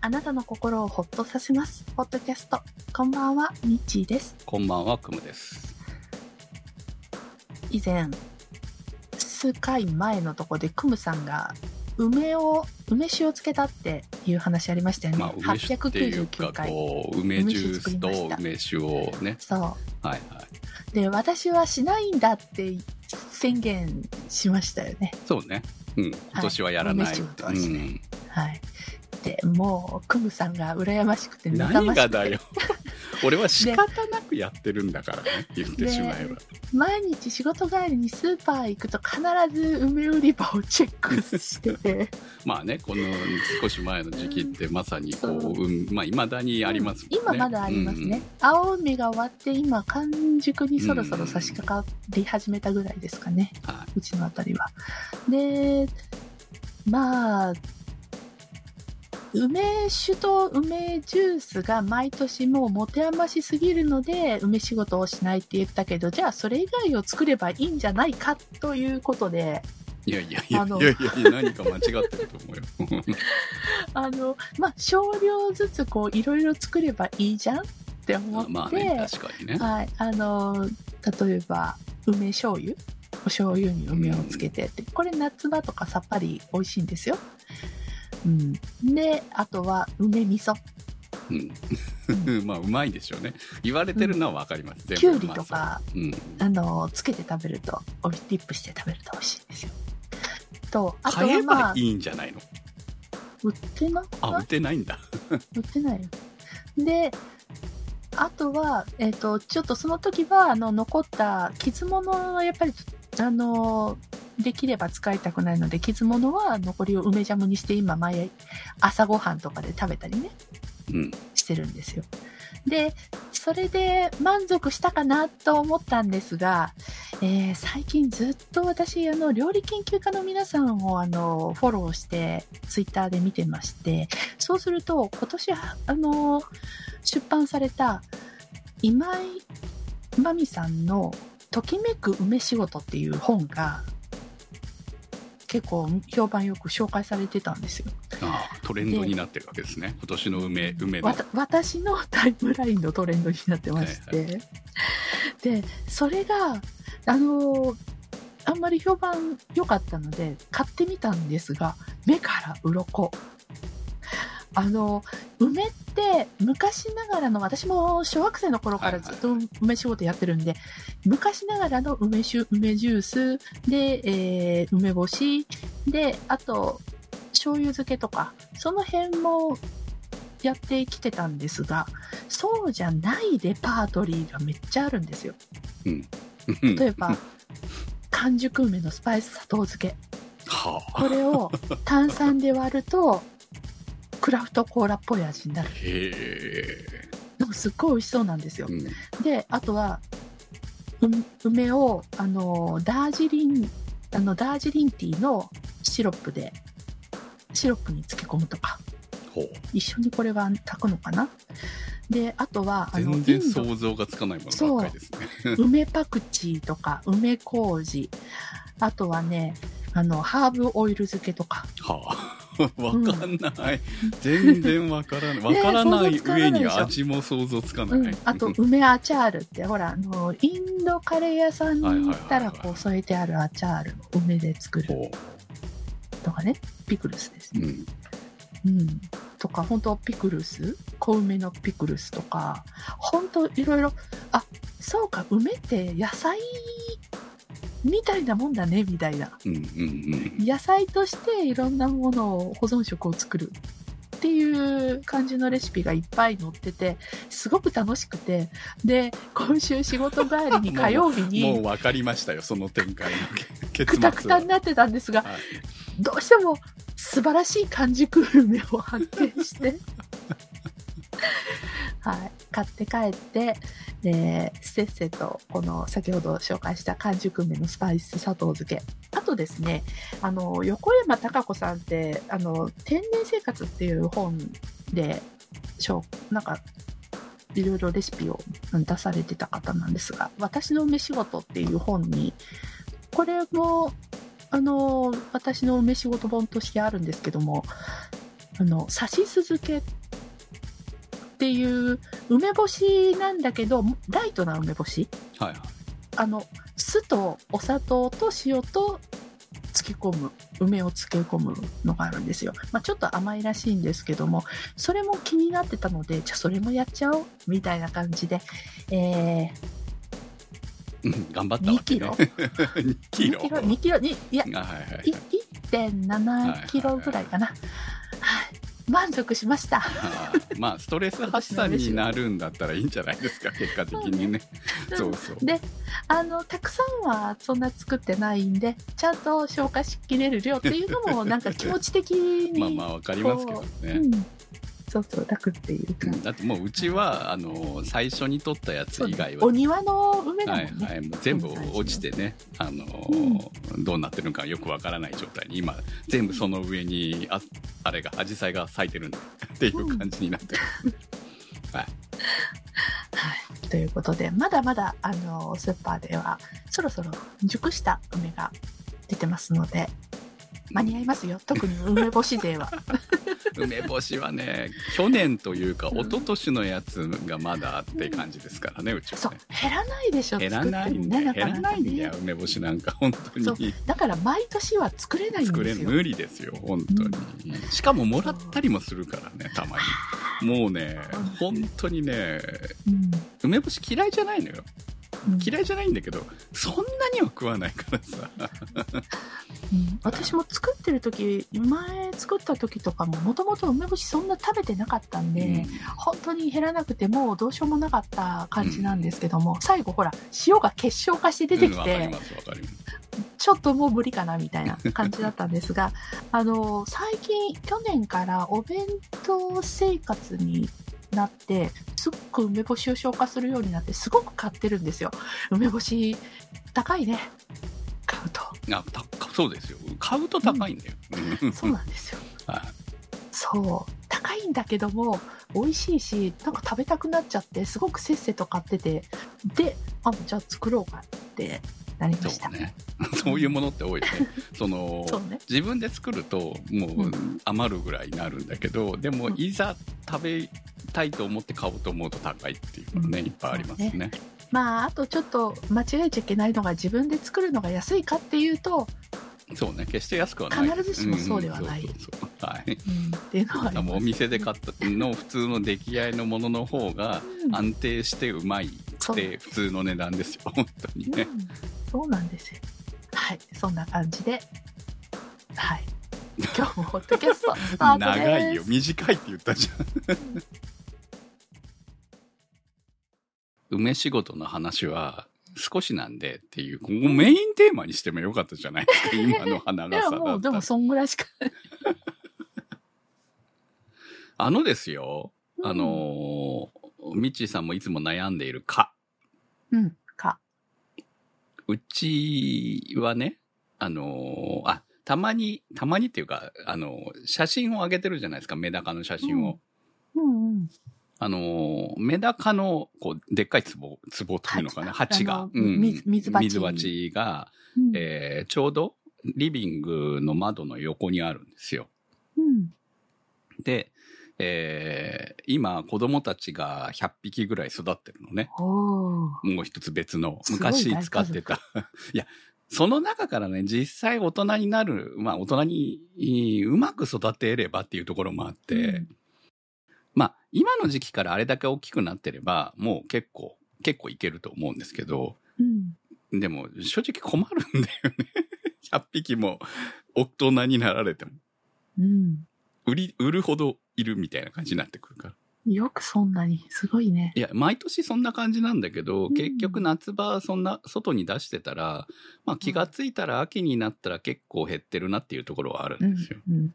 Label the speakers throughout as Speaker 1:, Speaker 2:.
Speaker 1: あなたの心をほっとさせます。ポッドキャスト。こんばんは、ミッチーです。
Speaker 2: こんばんは、くむです。
Speaker 1: 以前、数回前のとこでクムさんが梅を、梅酒をつけたっていう話ありましたよね。
Speaker 2: まあ、梅酒っていう
Speaker 1: 899
Speaker 2: か、
Speaker 1: 回。
Speaker 2: こう、梅ジュースと
Speaker 1: 梅酒作りました
Speaker 2: 梅酒をね、
Speaker 1: そ
Speaker 2: はいはい。
Speaker 1: う。で、私はしないんだって宣言しましたよね。
Speaker 2: そうね。うん、今年はやらない。
Speaker 1: 梅酒とはしな
Speaker 2: うん
Speaker 1: はい。で、もう、クムさんが羨ましくて妬
Speaker 2: 何
Speaker 1: まし
Speaker 2: が
Speaker 1: くて
Speaker 2: だよ。 俺は仕方なくやってるんだからね、言ってしまえば。
Speaker 1: 毎日仕事帰りにスーパー行くと必ず梅売り場をチェックしてて
Speaker 2: まあね、この少し前の時期ってまさにこ、
Speaker 1: そうう
Speaker 2: うん、まあ、未だにありますもんね。
Speaker 1: 今まだありますね、青梅が終わって今完熟にそろそろ差し掛かり始めたぐらいですかね
Speaker 2: うん。は
Speaker 1: うちの辺りはでまあ梅酒と梅ジュースが毎年もう持て余しすぎるので梅仕事をしないって言ったけどじゃあそれ以外を作ればいいんじゃないかということで
Speaker 2: い。いやいやいや、
Speaker 1: あ
Speaker 2: いや
Speaker 1: の
Speaker 2: いやいや、何か間違ってると思うよ。
Speaker 1: あのまあ少量ずつこういろいろ作ればいいじゃんって思って、
Speaker 2: まあね、確かにね。
Speaker 1: はいあの例えば梅醤油お醤油に梅をつけてって、これ夏場とかさっぱり美味しいんですよ。うん、であとは梅味噌
Speaker 2: うん まあうまいでしょうね言われてるのはわかります、全部
Speaker 1: きゅうり
Speaker 2: うま
Speaker 1: と
Speaker 2: そう
Speaker 1: か
Speaker 2: うん、
Speaker 1: あのつけて食べるとおディップして食べると美味しいんですよ。とあと
Speaker 2: 買え
Speaker 1: はま
Speaker 2: ば
Speaker 1: あ
Speaker 2: いいんじゃないの
Speaker 1: 売ってなく
Speaker 2: あ
Speaker 1: ない
Speaker 2: 売ってないんだ
Speaker 1: 売ってないよであとは、えっとちょっとその時はあの残った傷物はやっぱりあのできれば使いたくないので傷物は残りを梅ジャムにして今毎朝ごはんとかで食べたりね
Speaker 2: うん
Speaker 1: してるんですよでそれで満足したかなと思ったんですが、えー最近ずっと私あの料理研究家の皆さんをあのフォローしてツイッターで見てましてそうすると今年あの出版された今井真美さんの「ときめく梅仕事」っていう本が結構評判よく紹介されてたんですよ。
Speaker 2: ああトレンドになってるわけですね今年の梅梅の
Speaker 1: わた私のタイムラインのトレンドになってまして、
Speaker 2: は
Speaker 1: でそれがあのーあんまり評判良かったので買ってみたんですが目から鱗あの梅って昔ながらの私も小学生の頃からずっと梅仕事やってるんで、昔ながらの梅酒梅ジュースで、えー梅干しであと醤油漬けとかその辺もやってきてたんですがそうじゃないレパートリーがめっちゃあるんですよ
Speaker 2: うん
Speaker 1: 例えば完熟梅のスパイス砂糖漬け
Speaker 2: はあ
Speaker 1: これを炭酸で割るとクラフトコーラっぽい味になる
Speaker 2: へえ、
Speaker 1: でもすっごい美味しそうなんですよ
Speaker 2: うん、
Speaker 1: であとはう梅をあのダージリンあのダージリンティーのシロップでシロップに漬け込むとか
Speaker 2: ほう
Speaker 1: 一緒にこれは炊くのかなであとはあの
Speaker 2: 全
Speaker 1: イ
Speaker 2: 然
Speaker 1: ンド
Speaker 2: 想像がつかないものばっかりですね
Speaker 1: 梅パクチーとか梅麹あとはねあのハーブオイル漬けとか
Speaker 2: はあ わかんない、全然わからないわからな
Speaker 1: ね想
Speaker 2: い
Speaker 1: 像つかない
Speaker 2: 上
Speaker 1: でし
Speaker 2: に
Speaker 1: ょ
Speaker 2: 味も想像つかない、
Speaker 1: うん、あと梅アチャールってほらあのインドカレー屋さんに行ったら
Speaker 2: はいはいはいはい
Speaker 1: こう添えてあるアチャールを梅で作る
Speaker 2: ほ
Speaker 1: とかねピクルスです
Speaker 2: う、
Speaker 1: ね、
Speaker 2: うん、
Speaker 1: うん、とか本当ピクルス小梅のピクルスとか本当いろいろあそうか梅って野菜みたいなもんだねみたいな
Speaker 2: うんうんうん
Speaker 1: 野菜としていろんなものを保存食を作るっていう感じのレシピがいっぱい載っててすごく楽しくてで今週仕事帰りに
Speaker 2: もう
Speaker 1: 火曜日
Speaker 2: もう
Speaker 1: に
Speaker 2: 分かりましたよ、その展開の結
Speaker 1: く
Speaker 2: 末
Speaker 1: たくた
Speaker 2: は
Speaker 1: になってたんですが
Speaker 2: はい
Speaker 1: どうしても素晴らしい完熟梅を発見してはい買って帰って、えーせっせとこの先ほど紹介した完熟梅のスパイス砂糖漬けあとですねあの横山貴子さんって「あの天然生活」っていう本でしょなんかいろいろレシピをうん出されてた方なんですが「私の梅仕事」っていう本にこれもあの私の梅仕事本としてあるんですけどもあの、さしす漬けっていう梅干しなんだけど、ライトな梅干し。
Speaker 2: はいはい
Speaker 1: あの、酢とお砂糖と塩と漬け込む、梅を漬け込むのがあるんですよ。まあ、ちょっと甘いらしいんですけども、それも気になってたので、じゃあそれもやっちゃおう、みたいな感じで、えー、
Speaker 2: うん頑張ったわ
Speaker 1: 2
Speaker 2: け
Speaker 1: キ
Speaker 2: ね
Speaker 1: ロ
Speaker 2: 2
Speaker 1: 2キ
Speaker 2: キロ
Speaker 1: ロ、2キロ、にいや、
Speaker 2: はいはいはい
Speaker 1: い1.7キロぐらいかな。はい。満足しました。
Speaker 2: あーまあストレス発散になるんだったらいいんじゃないですか結果的にね
Speaker 1: そ
Speaker 2: そううそう
Speaker 1: で、 あの、たくさんはそんな作ってないんで、ちゃんと消化しきれる量っていうのも、なんか気持ち的に。
Speaker 2: まあまあわかりますけど
Speaker 1: う
Speaker 2: ね、
Speaker 1: ん、そうそう、楽っていう
Speaker 2: う
Speaker 1: か。
Speaker 2: んだってもううちはあの最初に取ったやつ以外
Speaker 1: お
Speaker 2: は
Speaker 1: 庭の梅だも
Speaker 2: は
Speaker 1: ん
Speaker 2: い
Speaker 1: ね。
Speaker 2: はい、もう全部落ちてね、あのどうなってるのかよくわからない状態に今全部その上にああれが紫陽花が咲いてるんだっていう感じになって
Speaker 1: はい。ということで、まだまだ、あの、スーパーでは、そろそろ熟した梅が出てますので、間に合いますよ。特に梅干し 勢は。
Speaker 2: 梅干しはね去年というか一昨年のやつがまだって感じですからねうち
Speaker 1: そ
Speaker 2: は
Speaker 1: う
Speaker 2: ね、
Speaker 1: 減らないでしょ、
Speaker 2: 減らないんだよ、
Speaker 1: 作って
Speaker 2: 減
Speaker 1: もね
Speaker 2: らないんだよ
Speaker 1: かかね
Speaker 2: 梅干しなんか本当
Speaker 1: そ
Speaker 2: に
Speaker 1: だから、毎年は作れないん
Speaker 2: 作
Speaker 1: で
Speaker 2: れん
Speaker 1: すよ。
Speaker 2: 無理ですよ本当に、しかももらったりもするからねたまにもうね本当にね
Speaker 1: うん
Speaker 2: 梅干し嫌いじゃないのよ
Speaker 1: うん
Speaker 2: 嫌いじゃないんだけどそんなには食わないからさ
Speaker 1: うん私も作ってる時前作った時とかももともと梅干しそんな食べてなかったんで、
Speaker 2: うん
Speaker 1: 本当に減らなくてもうどうしようもなかった感じなんですけども、最後ほら塩が結晶化して出て
Speaker 2: うん
Speaker 1: き
Speaker 2: わ
Speaker 1: て、
Speaker 2: かりますわかります
Speaker 1: ちょっともう無理かなみたいな感じだったんですが あの最近去年からお弁当生活になってすごく梅干しを消化するようになってすごく買ってるんですよ梅干し高いね買うと
Speaker 2: あたそうですよ買うと高いんだよ、うん
Speaker 1: そうなんですよ
Speaker 2: はい
Speaker 1: そう高いんだけども美味しいしなんか食べたくなっちゃってすごくせっせと買っててであじゃあ作ろうかってなりまし
Speaker 2: そ
Speaker 1: た
Speaker 2: うねそういうものって多いよねそ の
Speaker 1: そうね
Speaker 2: 自分で作るとも
Speaker 1: う
Speaker 2: う余るぐらいになるんだけどでも
Speaker 1: うん
Speaker 2: いざ食べたいと思って買おうと思うと高いっていうのね
Speaker 1: うん
Speaker 2: いっぱいありますね
Speaker 1: まああとちょっと間違えちゃいけないのが自分で作るのが安いかっていうと、
Speaker 2: そうね決して安くはない
Speaker 1: 必ずしもそうではない
Speaker 2: んそうそうそうはい
Speaker 1: うん、っていうのはあります
Speaker 2: お店で買ったの普通の出来合いのものの方が
Speaker 1: うん
Speaker 2: 安定してうまい
Speaker 1: そ
Speaker 2: っ
Speaker 1: う
Speaker 2: て普通の値段ですよ本当にね
Speaker 1: うんそうなんですよはいそんな感じではい今日もホットキャストスタートです
Speaker 2: 長いよ短いって言ったじゃん梅仕事の話は少しなんでっていうここメインテーマにしてもよかったじゃないで すか今の花
Speaker 1: い
Speaker 2: が
Speaker 1: や
Speaker 2: さだ
Speaker 1: もう
Speaker 2: っ
Speaker 1: で
Speaker 2: た
Speaker 1: も
Speaker 2: ら
Speaker 1: そんぐらいしか
Speaker 2: あのですよ
Speaker 1: うん
Speaker 2: あのーミッチーさんもいつも悩んでいる蚊
Speaker 1: うんか
Speaker 2: うちはねあのーあたまにたまにっていうかあのー写真を上げてるじゃないですかメダカの写真を、
Speaker 1: うんうんうん
Speaker 2: あのー、メダカの、こう、でっかい壺、壺というのかな、
Speaker 1: 鉢
Speaker 2: 鉢
Speaker 1: あ
Speaker 2: が
Speaker 1: の。水水鉢
Speaker 2: 水鉢が、
Speaker 1: うん
Speaker 2: えーちょうど、リビングの窓の横にあるんですよ。
Speaker 1: うん
Speaker 2: で、えー今、子供たちが100匹ぐらい育ってるのね。
Speaker 1: おー
Speaker 2: もう一つ別の、
Speaker 1: すごい
Speaker 2: 昔
Speaker 1: 大
Speaker 2: 使ってた。 いや、その中からね、実際大人になる、まあ大人にいいうまく育てればっていうところもあって、
Speaker 1: うん
Speaker 2: まあ今の時期からあれだけ大きくなってれば、もう結構、結構いけると思うんですけど、
Speaker 1: うん
Speaker 2: でも正直困るんだよね。100匹も大人になられても、
Speaker 1: うん
Speaker 2: 売り、売るほどいるみたいな感じになってくるから。
Speaker 1: よくそんなにすごいね
Speaker 2: いや、毎年そんな感じなんだけど、
Speaker 1: うん
Speaker 2: 結局夏場そんな外に出してたら、まあ気がついたら秋になったら結構減ってるなっていうところはある
Speaker 1: うんん
Speaker 2: ですよ。
Speaker 1: うん
Speaker 2: うん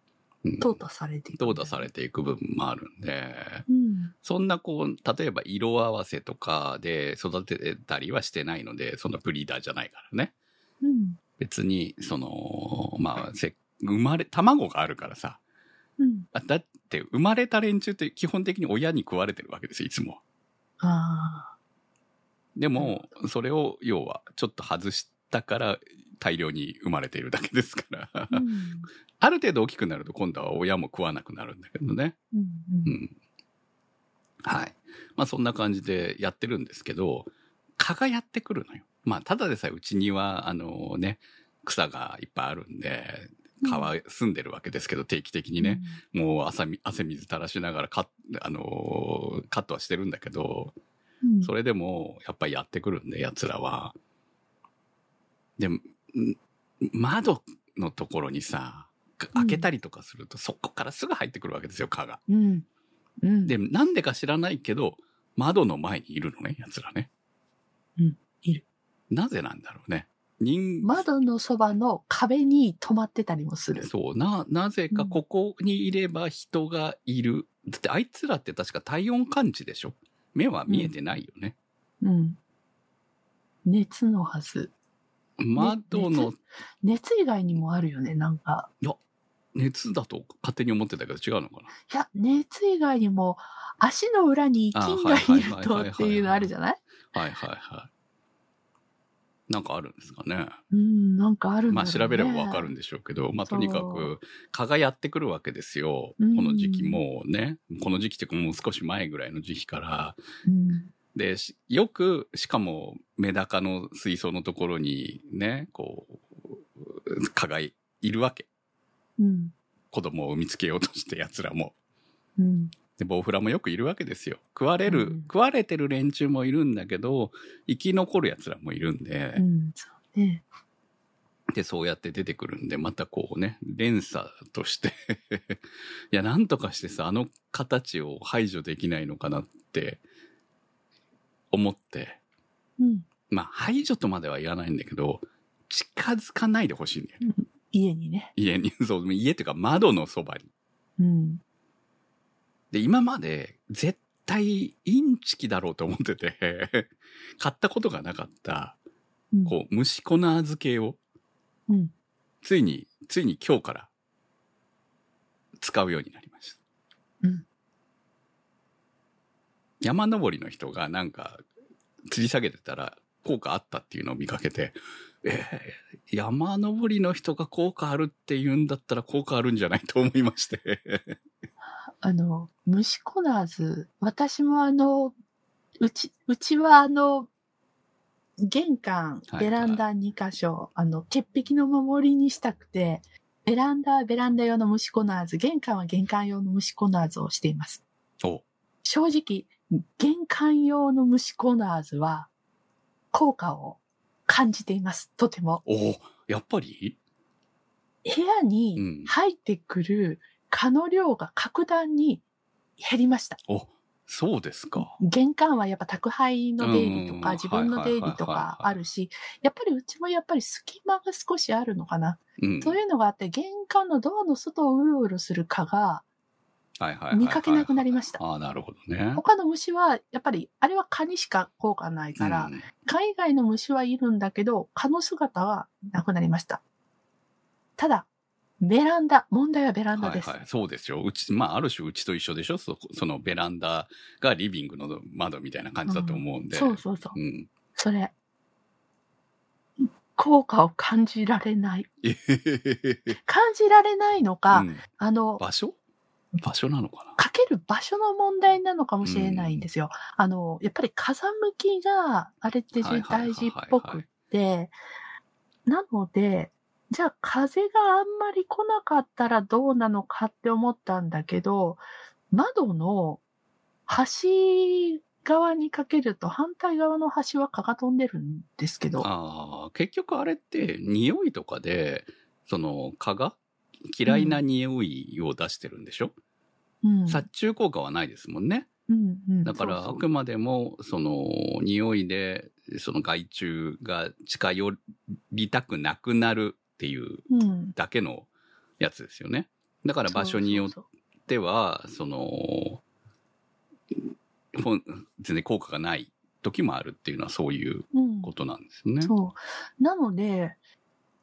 Speaker 1: 淘汰されていく
Speaker 2: 淘汰されていく部分もあるんで、
Speaker 1: うん
Speaker 2: そんなこう、例えば色合わせとかで育てたりはしてないので、そんなブリーダーじゃないからね。
Speaker 1: うん
Speaker 2: 別に、その、まあ、せ生まれ、卵があるからさ。
Speaker 1: うん
Speaker 2: あだって生まれた連中って基本的に親に食われてるわけですよ、いつも。
Speaker 1: ああ
Speaker 2: でも、それを、要は、ちょっと外したから、大量に生まれているだけですから、
Speaker 1: うん
Speaker 2: ある程度大きくなると今度は親も食わなくなるんだけどね。
Speaker 1: うん
Speaker 2: う
Speaker 1: うん
Speaker 2: ん。はい。まあそんな感じでやってるんですけど、蚊がやってくるのよ。まあただでさえうちには、あのね、草がいっぱいあるんで、蚊は住んでるわけですけど、定期的にね、もう汗み汗水垂らしながらカッ、あのーカットはしてるんだけど、
Speaker 1: うん
Speaker 2: それでもやっぱりやってくるんで、奴らは。で、ん窓のところにさ、開けたりとかすると、そこからすぐ入ってくるわけですよ、蚊が。
Speaker 1: うんうん
Speaker 2: で、なんでか知らないけど、窓の前にいるのね、奴らね。
Speaker 1: うん、いる。
Speaker 2: なぜなんだろうね。人、
Speaker 1: 窓のそばの壁に止まってたりもする。
Speaker 2: そう、な、なぜかここにいれば人がいる。だってあいつらって確か体温感知でしょ目は見えてないよね。
Speaker 1: うん。熱のはず。
Speaker 2: 窓の
Speaker 1: 熱以外にもあるよね、なんか。
Speaker 2: 熱だと勝手に思ってたけど違うのかない
Speaker 1: や、熱以外にも、足の裏に菌がいるとっていうのあるじゃない
Speaker 2: はいはいはい。なんかあるんですかね。
Speaker 1: うん、なんかあるんだろ
Speaker 2: まあ
Speaker 1: うね
Speaker 2: 調べればわかるんでしょうけど、まあとにか
Speaker 1: そう
Speaker 2: く蚊がやってくるわけですよ。こ
Speaker 1: うん
Speaker 2: の時期もうね、この時期っていうかもう少し前ぐらいの時期から。
Speaker 1: うん。
Speaker 2: で、しよく、しかもメダカの水槽のところにね、こう、蚊がいるわけ。
Speaker 1: うん。
Speaker 2: 子供を見つけようとして奴らも。
Speaker 1: うん。
Speaker 2: で、ボウフラもよくいるわけですよ。食われる、
Speaker 1: うん
Speaker 2: 食われてる連中もいるんだけど、生き残る奴らもいるんで、
Speaker 1: うん。そうね。
Speaker 2: で、そうやって出てくるんで、またこうね、連鎖として、 いや、なんとかしてさ、あの形を排除できないのかなって、思って、
Speaker 1: うん。
Speaker 2: まあ、排除とまでは言わないんだけど、近づかないでほしいんだよね。
Speaker 1: 家にね。
Speaker 2: 家に、 そう、家っていうか窓のそばに。
Speaker 1: うん。
Speaker 2: で、今まで絶対インチキだろうと思ってて、 買ったことがなかった、
Speaker 1: うん
Speaker 2: こう、虫粉漬けを、
Speaker 1: うん。
Speaker 2: ついに、ついに今日から使うようになりました。
Speaker 1: うん
Speaker 2: 山登りの人がなんか吊り下げてたら効果あったっていうのを見かけて、えー山登りの人が効果あるって言うんだったら効果あるんじゃないと思い まして。
Speaker 1: あの、虫コナーズ、私もあの、うち、うちはあの、玄関
Speaker 2: は、い
Speaker 1: ベランダ2箇所、あの、鉄壁の守りにしたくて、ベランダはベランダ用の虫コナーズ、玄関は玄関用の虫コナーズをしています。
Speaker 2: お
Speaker 1: 正直、玄関用の虫コナーズは、効果を感じています。とても。
Speaker 2: おやっぱり
Speaker 1: 部屋
Speaker 2: うん
Speaker 1: に入ってくる蚊の量が格段に減りました。
Speaker 2: おそうですか。
Speaker 1: 玄関はやっぱ宅配の出入りと
Speaker 2: うん
Speaker 1: か自分の出入りと
Speaker 2: はいはいはい
Speaker 1: か
Speaker 2: はい
Speaker 1: あるし、やっぱりうちもやっぱり隙間が少しあるのかな。
Speaker 2: うん。
Speaker 1: そういうのがあって、玄関のドアの外をうろうろする蚊が
Speaker 2: はいはいはいはい
Speaker 1: 見かけなくなりました。
Speaker 2: ああ、なるほどね。
Speaker 1: 他の虫は、やっぱり、あれは蚊にしか効果ないから
Speaker 2: う、ん
Speaker 1: 蚊以外の虫はいるんだけど、蚊の姿はなくなりました。ただ、ベランダ、問題はベランダです
Speaker 2: はい。はい、そうですよ。うち、まあ、ある種うちと一緒でしょそこそのベランダがリビングの窓みたいな感じだと思うんで。
Speaker 1: そうそうそう。
Speaker 2: うん。
Speaker 1: それ。効果を感じられない。
Speaker 2: えへへへへ
Speaker 1: 感じられないのか、
Speaker 2: うん
Speaker 1: あの、
Speaker 2: 場所場所なのかな
Speaker 1: かける場所の問題なのかもしれないんですよ。あの、やっぱり風向きがあれって
Speaker 2: はいはいはいはいはい
Speaker 1: 大事っぽくって、なので、じゃあ風があんまり来なかったらどうなのかって思ったんだけど、窓の端側にかけると反対側の端は蚊が飛んでるんですけど、
Speaker 2: ああ、結局あれって匂いとかで、その蚊が嫌いな匂いを出してるんでしょ、
Speaker 1: うん、
Speaker 2: 殺虫効果はないですもんね。
Speaker 1: うんうん
Speaker 2: だから
Speaker 1: そう
Speaker 2: あ
Speaker 1: そう
Speaker 2: くまでもその匂いでその害虫が近寄りたくなくなるっていう
Speaker 1: うん、
Speaker 2: だけのやつですよね。だから場所によっ
Speaker 1: そうそうそう
Speaker 2: ては、その、ほん全然効果がない時もあるっていうのはそういう
Speaker 1: うん
Speaker 2: ことなんですよね。
Speaker 1: そう。なので、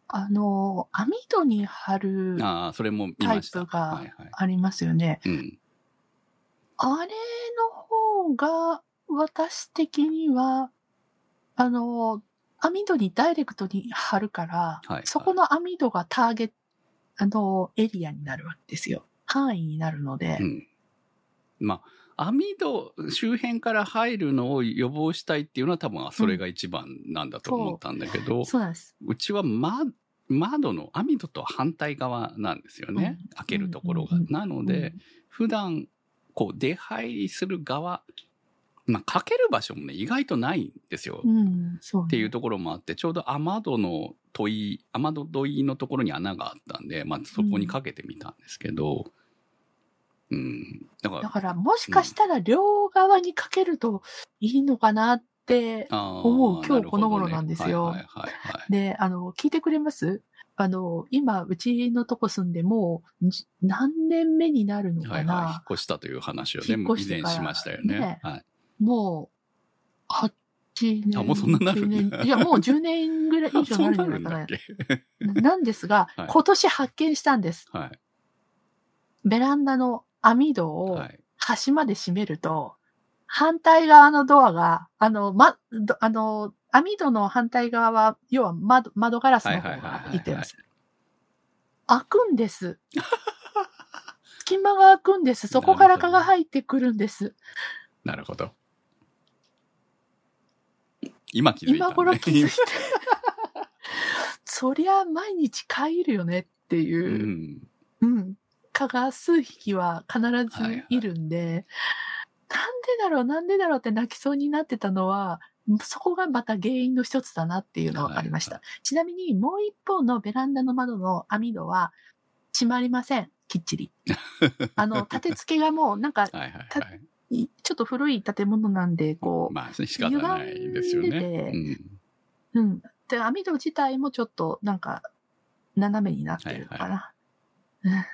Speaker 1: あの、網戸に貼る
Speaker 2: ああ、それも見ました。
Speaker 1: タイプが
Speaker 2: はいはい。
Speaker 1: ありますよね。
Speaker 2: うん。
Speaker 1: あれの方が、私的には、あの、網戸にダイレクトに貼るから、
Speaker 2: はい
Speaker 1: そこの網戸がターゲット、あの、エリアになるわけですよ。範囲になるので、
Speaker 2: うん。まあ、網戸周辺から入るのを予防したいっていうのは多分それが一番なんだと思ったんだけど、
Speaker 1: そうなんです。
Speaker 2: うちは、ま、窓の網戸と反対側なんですよね。開けるところが。
Speaker 1: うんうん
Speaker 2: なので、普段、こう、出入りする側、まあ、かける場所もね、意外とないんですよ。
Speaker 1: う
Speaker 2: っ
Speaker 1: ん、うん、そう、ね。
Speaker 2: ていうところもあって、ちょうど雨戸の問い、雨戸問いのところに穴があったんで、まあ、そこにかけてみたんですけど、うん。だから、
Speaker 1: だから、もしかしたら両側にかけるといいのかなって、思
Speaker 2: 思
Speaker 1: う今日この頃なんですよ
Speaker 2: はいはいはいはい。
Speaker 1: で、あの、聞いてくれますあの、今、うちのとこ住んでもう、じ何年目になるの
Speaker 2: は
Speaker 1: か
Speaker 2: い
Speaker 1: な、
Speaker 2: はい、引っ越したという話をね、
Speaker 1: 引っ越
Speaker 2: 以
Speaker 1: して
Speaker 2: 前
Speaker 1: から
Speaker 2: しましたよね。
Speaker 1: ね
Speaker 2: はい、
Speaker 1: もう、8年。
Speaker 2: あもうそんななる
Speaker 1: 10年いや、もう10年ぐらい以上
Speaker 2: そう
Speaker 1: にな
Speaker 2: な
Speaker 1: る
Speaker 2: る
Speaker 1: ん
Speaker 2: ん
Speaker 1: じゃ
Speaker 2: だ
Speaker 1: な
Speaker 2: っ
Speaker 1: い
Speaker 2: け
Speaker 1: かな。なんですが、
Speaker 2: はい
Speaker 1: 今年発見したんです。
Speaker 2: はい。
Speaker 1: ベランダの網戸を
Speaker 2: はい。
Speaker 1: 端まで閉めると、反対側のドアが、あの、ま、どあの、網戸の反対側は、要は窓窓ガラスの方
Speaker 2: はいはいはい
Speaker 1: が
Speaker 2: はいはい
Speaker 1: 言ってます。開くんです。隙間が開くんです。そこから蚊が入ってくるんです。
Speaker 2: なるほど。今気づいた、ね。
Speaker 1: 今頃気づいて。 そりゃ毎日蚊いるよねっていうう、
Speaker 2: ん。
Speaker 1: うん蚊が数匹は必ずいるんで、なんでだろうなんでだろうって泣きそうになってたのはそこがまた原因の一つだなっていうのが分かりました、
Speaker 2: は
Speaker 1: ちなみにもう一方のベランダの窓の網戸は閉まりませんきっちりあ の立て付けがもうなんか
Speaker 2: はいはいはい。
Speaker 1: いちょっと古い建物なんでこう、
Speaker 2: まあ、仕方ないですよね。
Speaker 1: 歪ん
Speaker 2: うん。
Speaker 1: うん。で、網戸自体もちょっと、なんか、斜めになってるから、
Speaker 2: はい
Speaker 1: うん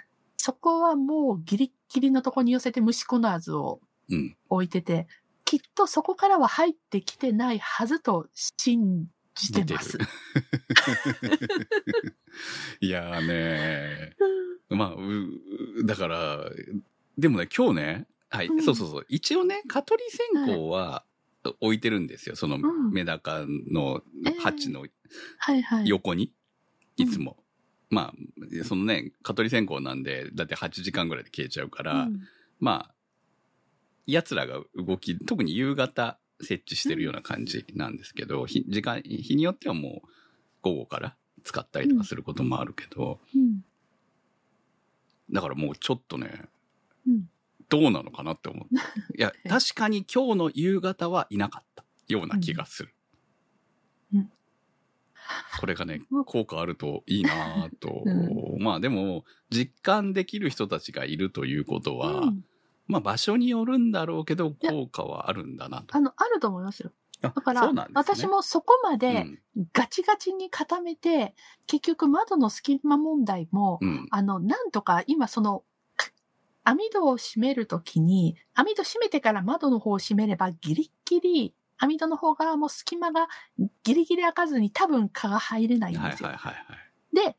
Speaker 1: そこはもうギリッギリのとこに寄せて虫コナーズを
Speaker 2: うん。
Speaker 1: 置いてて、きっとそこからは入ってきてないはずと信じてます。
Speaker 2: いやーねーまあ、う、だから、でもね、今日ね、はい、
Speaker 1: うん
Speaker 2: そうそうそう。一応ね、蚊取り線香は置いてるんですよ。その
Speaker 1: ん
Speaker 2: メダカの
Speaker 1: ええ
Speaker 2: 鉢の
Speaker 1: はいはい。
Speaker 2: 横に、いつも。まあ、そのね、蚊取り線香なんで、だって8時間ぐらいで消えちゃうから、
Speaker 1: うん
Speaker 2: まあ、奴らが動き、特に夕方設置してるような感じなんですけど、日時間、日によってはもう午後から使ったりとかすることもあるけど、
Speaker 1: うん
Speaker 2: だからもうちょっとね、
Speaker 1: うん
Speaker 2: どうなのかなって 思って。いや、確かに今日の夕方はいなかったような気がする。
Speaker 1: うんうん
Speaker 2: これがね
Speaker 1: うん、
Speaker 2: 効果あるといいなぁと、
Speaker 1: う
Speaker 2: まあでも、実感できる人たちがいるということは、
Speaker 1: うん
Speaker 2: まあ場所によるんだろうけど、
Speaker 1: や
Speaker 2: 効果はあるんだなと。
Speaker 1: あの、あると思いますよ。
Speaker 2: だ
Speaker 1: だから、私もそこま
Speaker 2: う
Speaker 1: で
Speaker 2: ん
Speaker 1: ガチガチに固めて、結局窓の隙間問題も、
Speaker 2: うん
Speaker 1: あの、なんとか今その、か網戸を閉めるときに、網戸閉めてから窓の方を閉めればギリッギリ、網戸の方側も隙間がギリギリ開かずに多分蚊が入れないん
Speaker 2: は
Speaker 1: で
Speaker 2: いはい
Speaker 1: すよ。
Speaker 2: はいはい。
Speaker 1: で、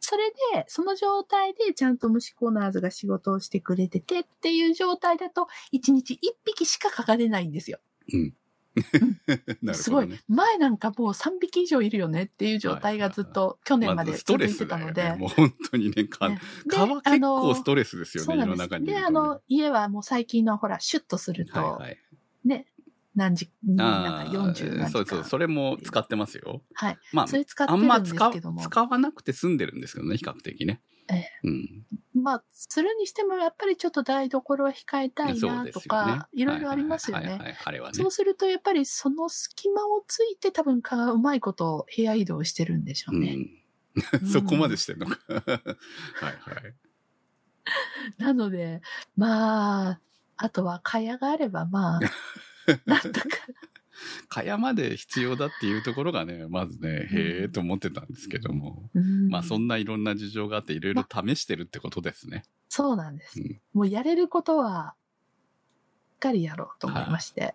Speaker 1: それで、その状態でちゃんと虫コーナーズが仕事をしてくれててっていう状態だと、1日1匹しか蚊が出ないんですよ。
Speaker 2: なるほどね
Speaker 1: すごい。前なんかもう3匹以上いるよねっていう状態がずっと去年まで
Speaker 2: ずスト
Speaker 1: 続い
Speaker 2: レ
Speaker 1: て
Speaker 2: ス
Speaker 1: た
Speaker 2: だよ
Speaker 1: の
Speaker 2: ね。
Speaker 1: で。
Speaker 2: もう本当にね、蚊
Speaker 1: ねで
Speaker 2: 蚊は
Speaker 1: あ
Speaker 2: 結
Speaker 1: の
Speaker 2: 構ストレスですよ
Speaker 1: そ
Speaker 2: ね、
Speaker 1: う
Speaker 2: 世
Speaker 1: なん
Speaker 2: の
Speaker 1: です
Speaker 2: 中にい
Speaker 1: で、
Speaker 2: る
Speaker 1: あ
Speaker 2: と、ね。
Speaker 1: の、家はもう最近のほら、シュッとすると、
Speaker 2: はいはい。
Speaker 1: 何時、なん
Speaker 2: ああ
Speaker 1: か40何時か。
Speaker 2: そうそう、それも使ってますよ。
Speaker 1: はい。
Speaker 2: まあ
Speaker 1: そ、れ使って
Speaker 2: あ
Speaker 1: る
Speaker 2: んま
Speaker 1: んです
Speaker 2: 使
Speaker 1: けども。
Speaker 2: 使わなくて済んでるんですけどね、比較的ね。
Speaker 1: ええ
Speaker 2: うん。
Speaker 1: まあ、するにしても、やっぱりちょっと台所は控えたい
Speaker 2: そう
Speaker 1: な
Speaker 2: です
Speaker 1: と
Speaker 2: よ
Speaker 1: か、
Speaker 2: ね
Speaker 1: いろいろありますよ
Speaker 2: はいはいは
Speaker 1: ね。
Speaker 2: いはいあれはね。
Speaker 1: そうすると、やっぱりその隙間をついて、多分蚊がうまいこと部屋移動してるんでしょうね。
Speaker 2: うん、 そこまで
Speaker 1: うん
Speaker 2: してんのか。はいはい。
Speaker 1: なので、まあ、あとは、蚊帳があれば、 まあ、なんとか。
Speaker 2: 蚊帳まで必要だっていうところがね、まずね、へえと思ってたんですけども。まあそ
Speaker 1: うん
Speaker 2: んないろんな事情があっていろいろ試してるってことですね。
Speaker 1: そうなんです。
Speaker 2: うん
Speaker 1: もうやれることは、しっかりやろうと思いまして。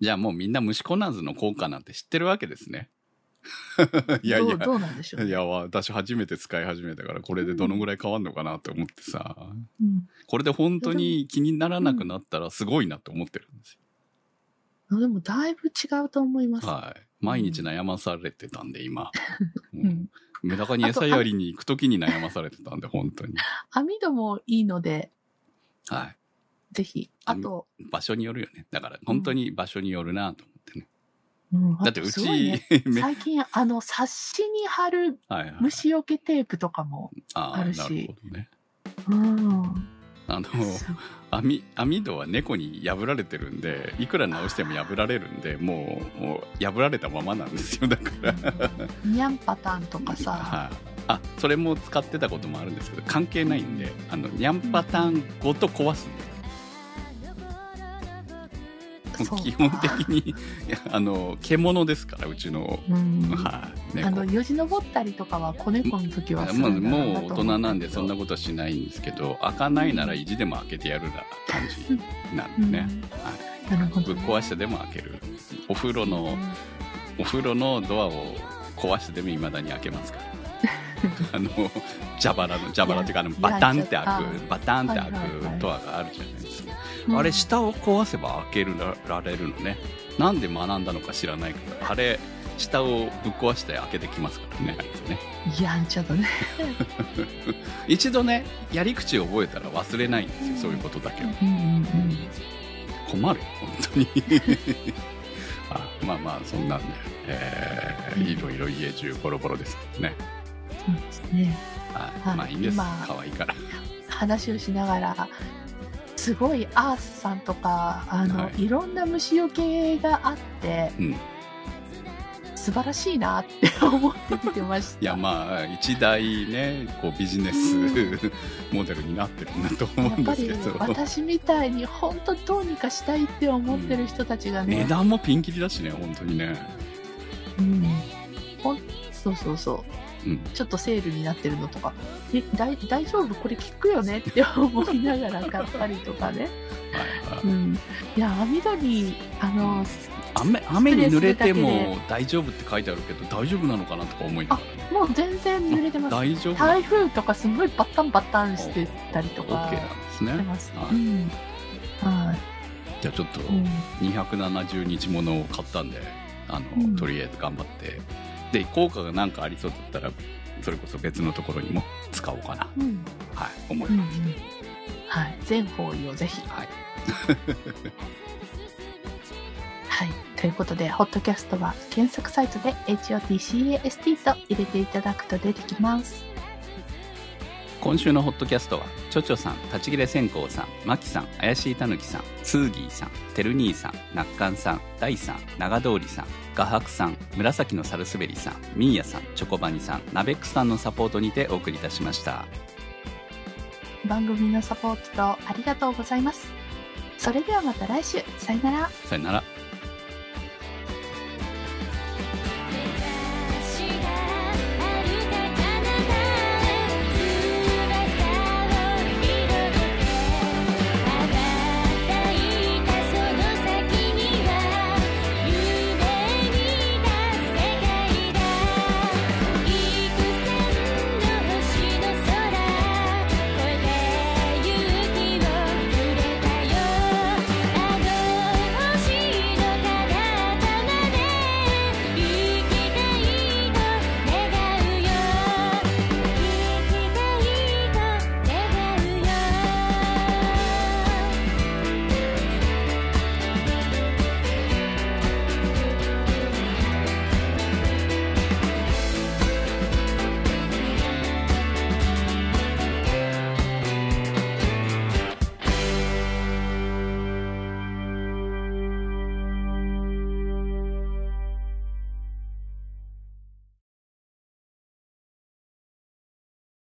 Speaker 2: じゃあもうみんな虫コナーズの効果なんて知ってるわけですね。いやい
Speaker 1: どうど
Speaker 2: や。
Speaker 1: うなんでしょう、
Speaker 2: い
Speaker 1: ね
Speaker 2: や私初めて使い始めたからこれでどのぐらい変わんのかなって思ってさ、
Speaker 1: うん
Speaker 2: これで本当に気にならなくなったらすごいなと思ってるんです
Speaker 1: あでもだいぶ違うと思います。
Speaker 2: よ。はい。毎日悩まされてたんで、今。
Speaker 1: う
Speaker 2: うん
Speaker 1: ん。
Speaker 2: メダカに餌やりに行くときに悩まされてたんで、本 当に。
Speaker 1: 網戸もいいので、
Speaker 2: は
Speaker 1: ぜひ。あと、
Speaker 2: い。場所によるよね。だから、本当に場所によるなと思ってね。
Speaker 1: うん
Speaker 2: だって、うち、
Speaker 1: すごいね
Speaker 2: めはい
Speaker 1: 最近、あの、冊子に貼る
Speaker 2: はい。
Speaker 1: 虫除けテープとかも、
Speaker 2: あー
Speaker 1: あるし
Speaker 2: なるほどね。
Speaker 1: うん。
Speaker 2: あの、 網、網戸は猫に破られてるんで、いくら直しても破られるんで、もう、もう破られたままなんですよ、だから。
Speaker 1: ニャンパターンとかさ、
Speaker 2: はい、あそれも使ってたこともあるんですけど関係ないんであのニャンパターンごと壊すんで
Speaker 1: そう
Speaker 2: 基本的に いやあの獣ですからうちの、
Speaker 1: うん。
Speaker 2: はい
Speaker 1: あの
Speaker 2: 猫
Speaker 1: よじ登ったりとかは子猫の時はするん
Speaker 2: も
Speaker 1: だ
Speaker 2: う
Speaker 1: ろ
Speaker 2: もう大人なんでそんな
Speaker 1: こ
Speaker 2: ことはしないんですけど開かないなら意地でも開けてやるな感じなんでね、、
Speaker 1: うんなるほ
Speaker 2: ぶ
Speaker 1: ど
Speaker 2: っ壊してでも開けるお風呂のお風呂のドアを壊してでもいまだに開けますか らあの蛇腹の蛇腹っていうかあのバタンって
Speaker 1: やっ
Speaker 2: 開
Speaker 1: ちゃっ
Speaker 2: くバタンって開く
Speaker 1: はいはいはい
Speaker 2: ドアがあるじゃないですか、
Speaker 1: うん
Speaker 2: あれ下を壊せば開けるらられるのねなんで学んだのか知らないけどあれ下をぶっ壊して開けてきますからねあいつね
Speaker 1: やんちゃだね
Speaker 2: 一度ねやり口を覚えたら忘れないんですよそういうことだけは
Speaker 1: うんうんうん
Speaker 2: 困るよ本当に あまあまあそんなんで、えーいろいろ家中ボロボロですけどね
Speaker 1: そうですね
Speaker 2: は、
Speaker 1: はいい
Speaker 2: まあいいんです
Speaker 1: 今
Speaker 2: 可愛いから
Speaker 1: 話をしながらすごいアースさんとかあの、
Speaker 2: はい
Speaker 1: い、ろんな虫除けがあって
Speaker 2: うんい
Speaker 1: 素晴らしいなって思って見てました
Speaker 2: やまあ一大ねこうビジネス モデルになってるんだと 思
Speaker 1: や
Speaker 2: う
Speaker 1: っ
Speaker 2: んで
Speaker 1: ぱ
Speaker 2: す
Speaker 1: り
Speaker 2: けど
Speaker 1: 私みたいに本当どうにかしたいって思ってる人たちがね、
Speaker 2: 値段もピンキリだしね本当にね
Speaker 1: うん、ほんそうそうそう
Speaker 2: うん
Speaker 1: ちょっとセールになってるのとか、え大大丈夫これ効くよねって思いながら買ったりとかね。
Speaker 2: はいはい
Speaker 1: うん、いや、網戸に、あの、
Speaker 2: 雨雨に濡れ
Speaker 1: スプ
Speaker 2: て
Speaker 1: レーするだ
Speaker 2: も大丈夫って書いてあるけど大丈夫なのかなとか思いながらね
Speaker 1: もう全然濡れてます。
Speaker 2: 大丈夫なの
Speaker 1: 台風とかすごいバッタンバッタンしてたりと
Speaker 2: オッ
Speaker 1: か
Speaker 2: ケーなんで
Speaker 1: して
Speaker 2: すね
Speaker 1: ます。
Speaker 2: は
Speaker 1: う
Speaker 2: い
Speaker 1: ん。はい。
Speaker 2: じゃあちょっと
Speaker 1: うん
Speaker 2: 270日ものを買ったんであの、
Speaker 1: うん
Speaker 2: とりあえず頑張ってで効果が何かありそうだったらそれこそ別のところにも使おうかな
Speaker 1: うん。
Speaker 2: はい思い
Speaker 1: うんう
Speaker 2: ま
Speaker 1: ん。はい。全方位をぜひ。
Speaker 2: はい。
Speaker 1: はい。ということで、ホットキャストは検索サイトで HOTCAST と入れていただくと出てきます。
Speaker 2: す今週のホットキャストはちょちょさん立ち切れ線香さんまきさん怪しいたぬきさんスーギーさんてる兄さんなっかんさん大さん長通りさん画伯さん紫のサルスベリさんみーやさんチョコバニさんナベックさんのサポートにてお送りいたしました
Speaker 1: 番組のサポートありがとうございます。それではまた来週。さよなら。
Speaker 2: さよなら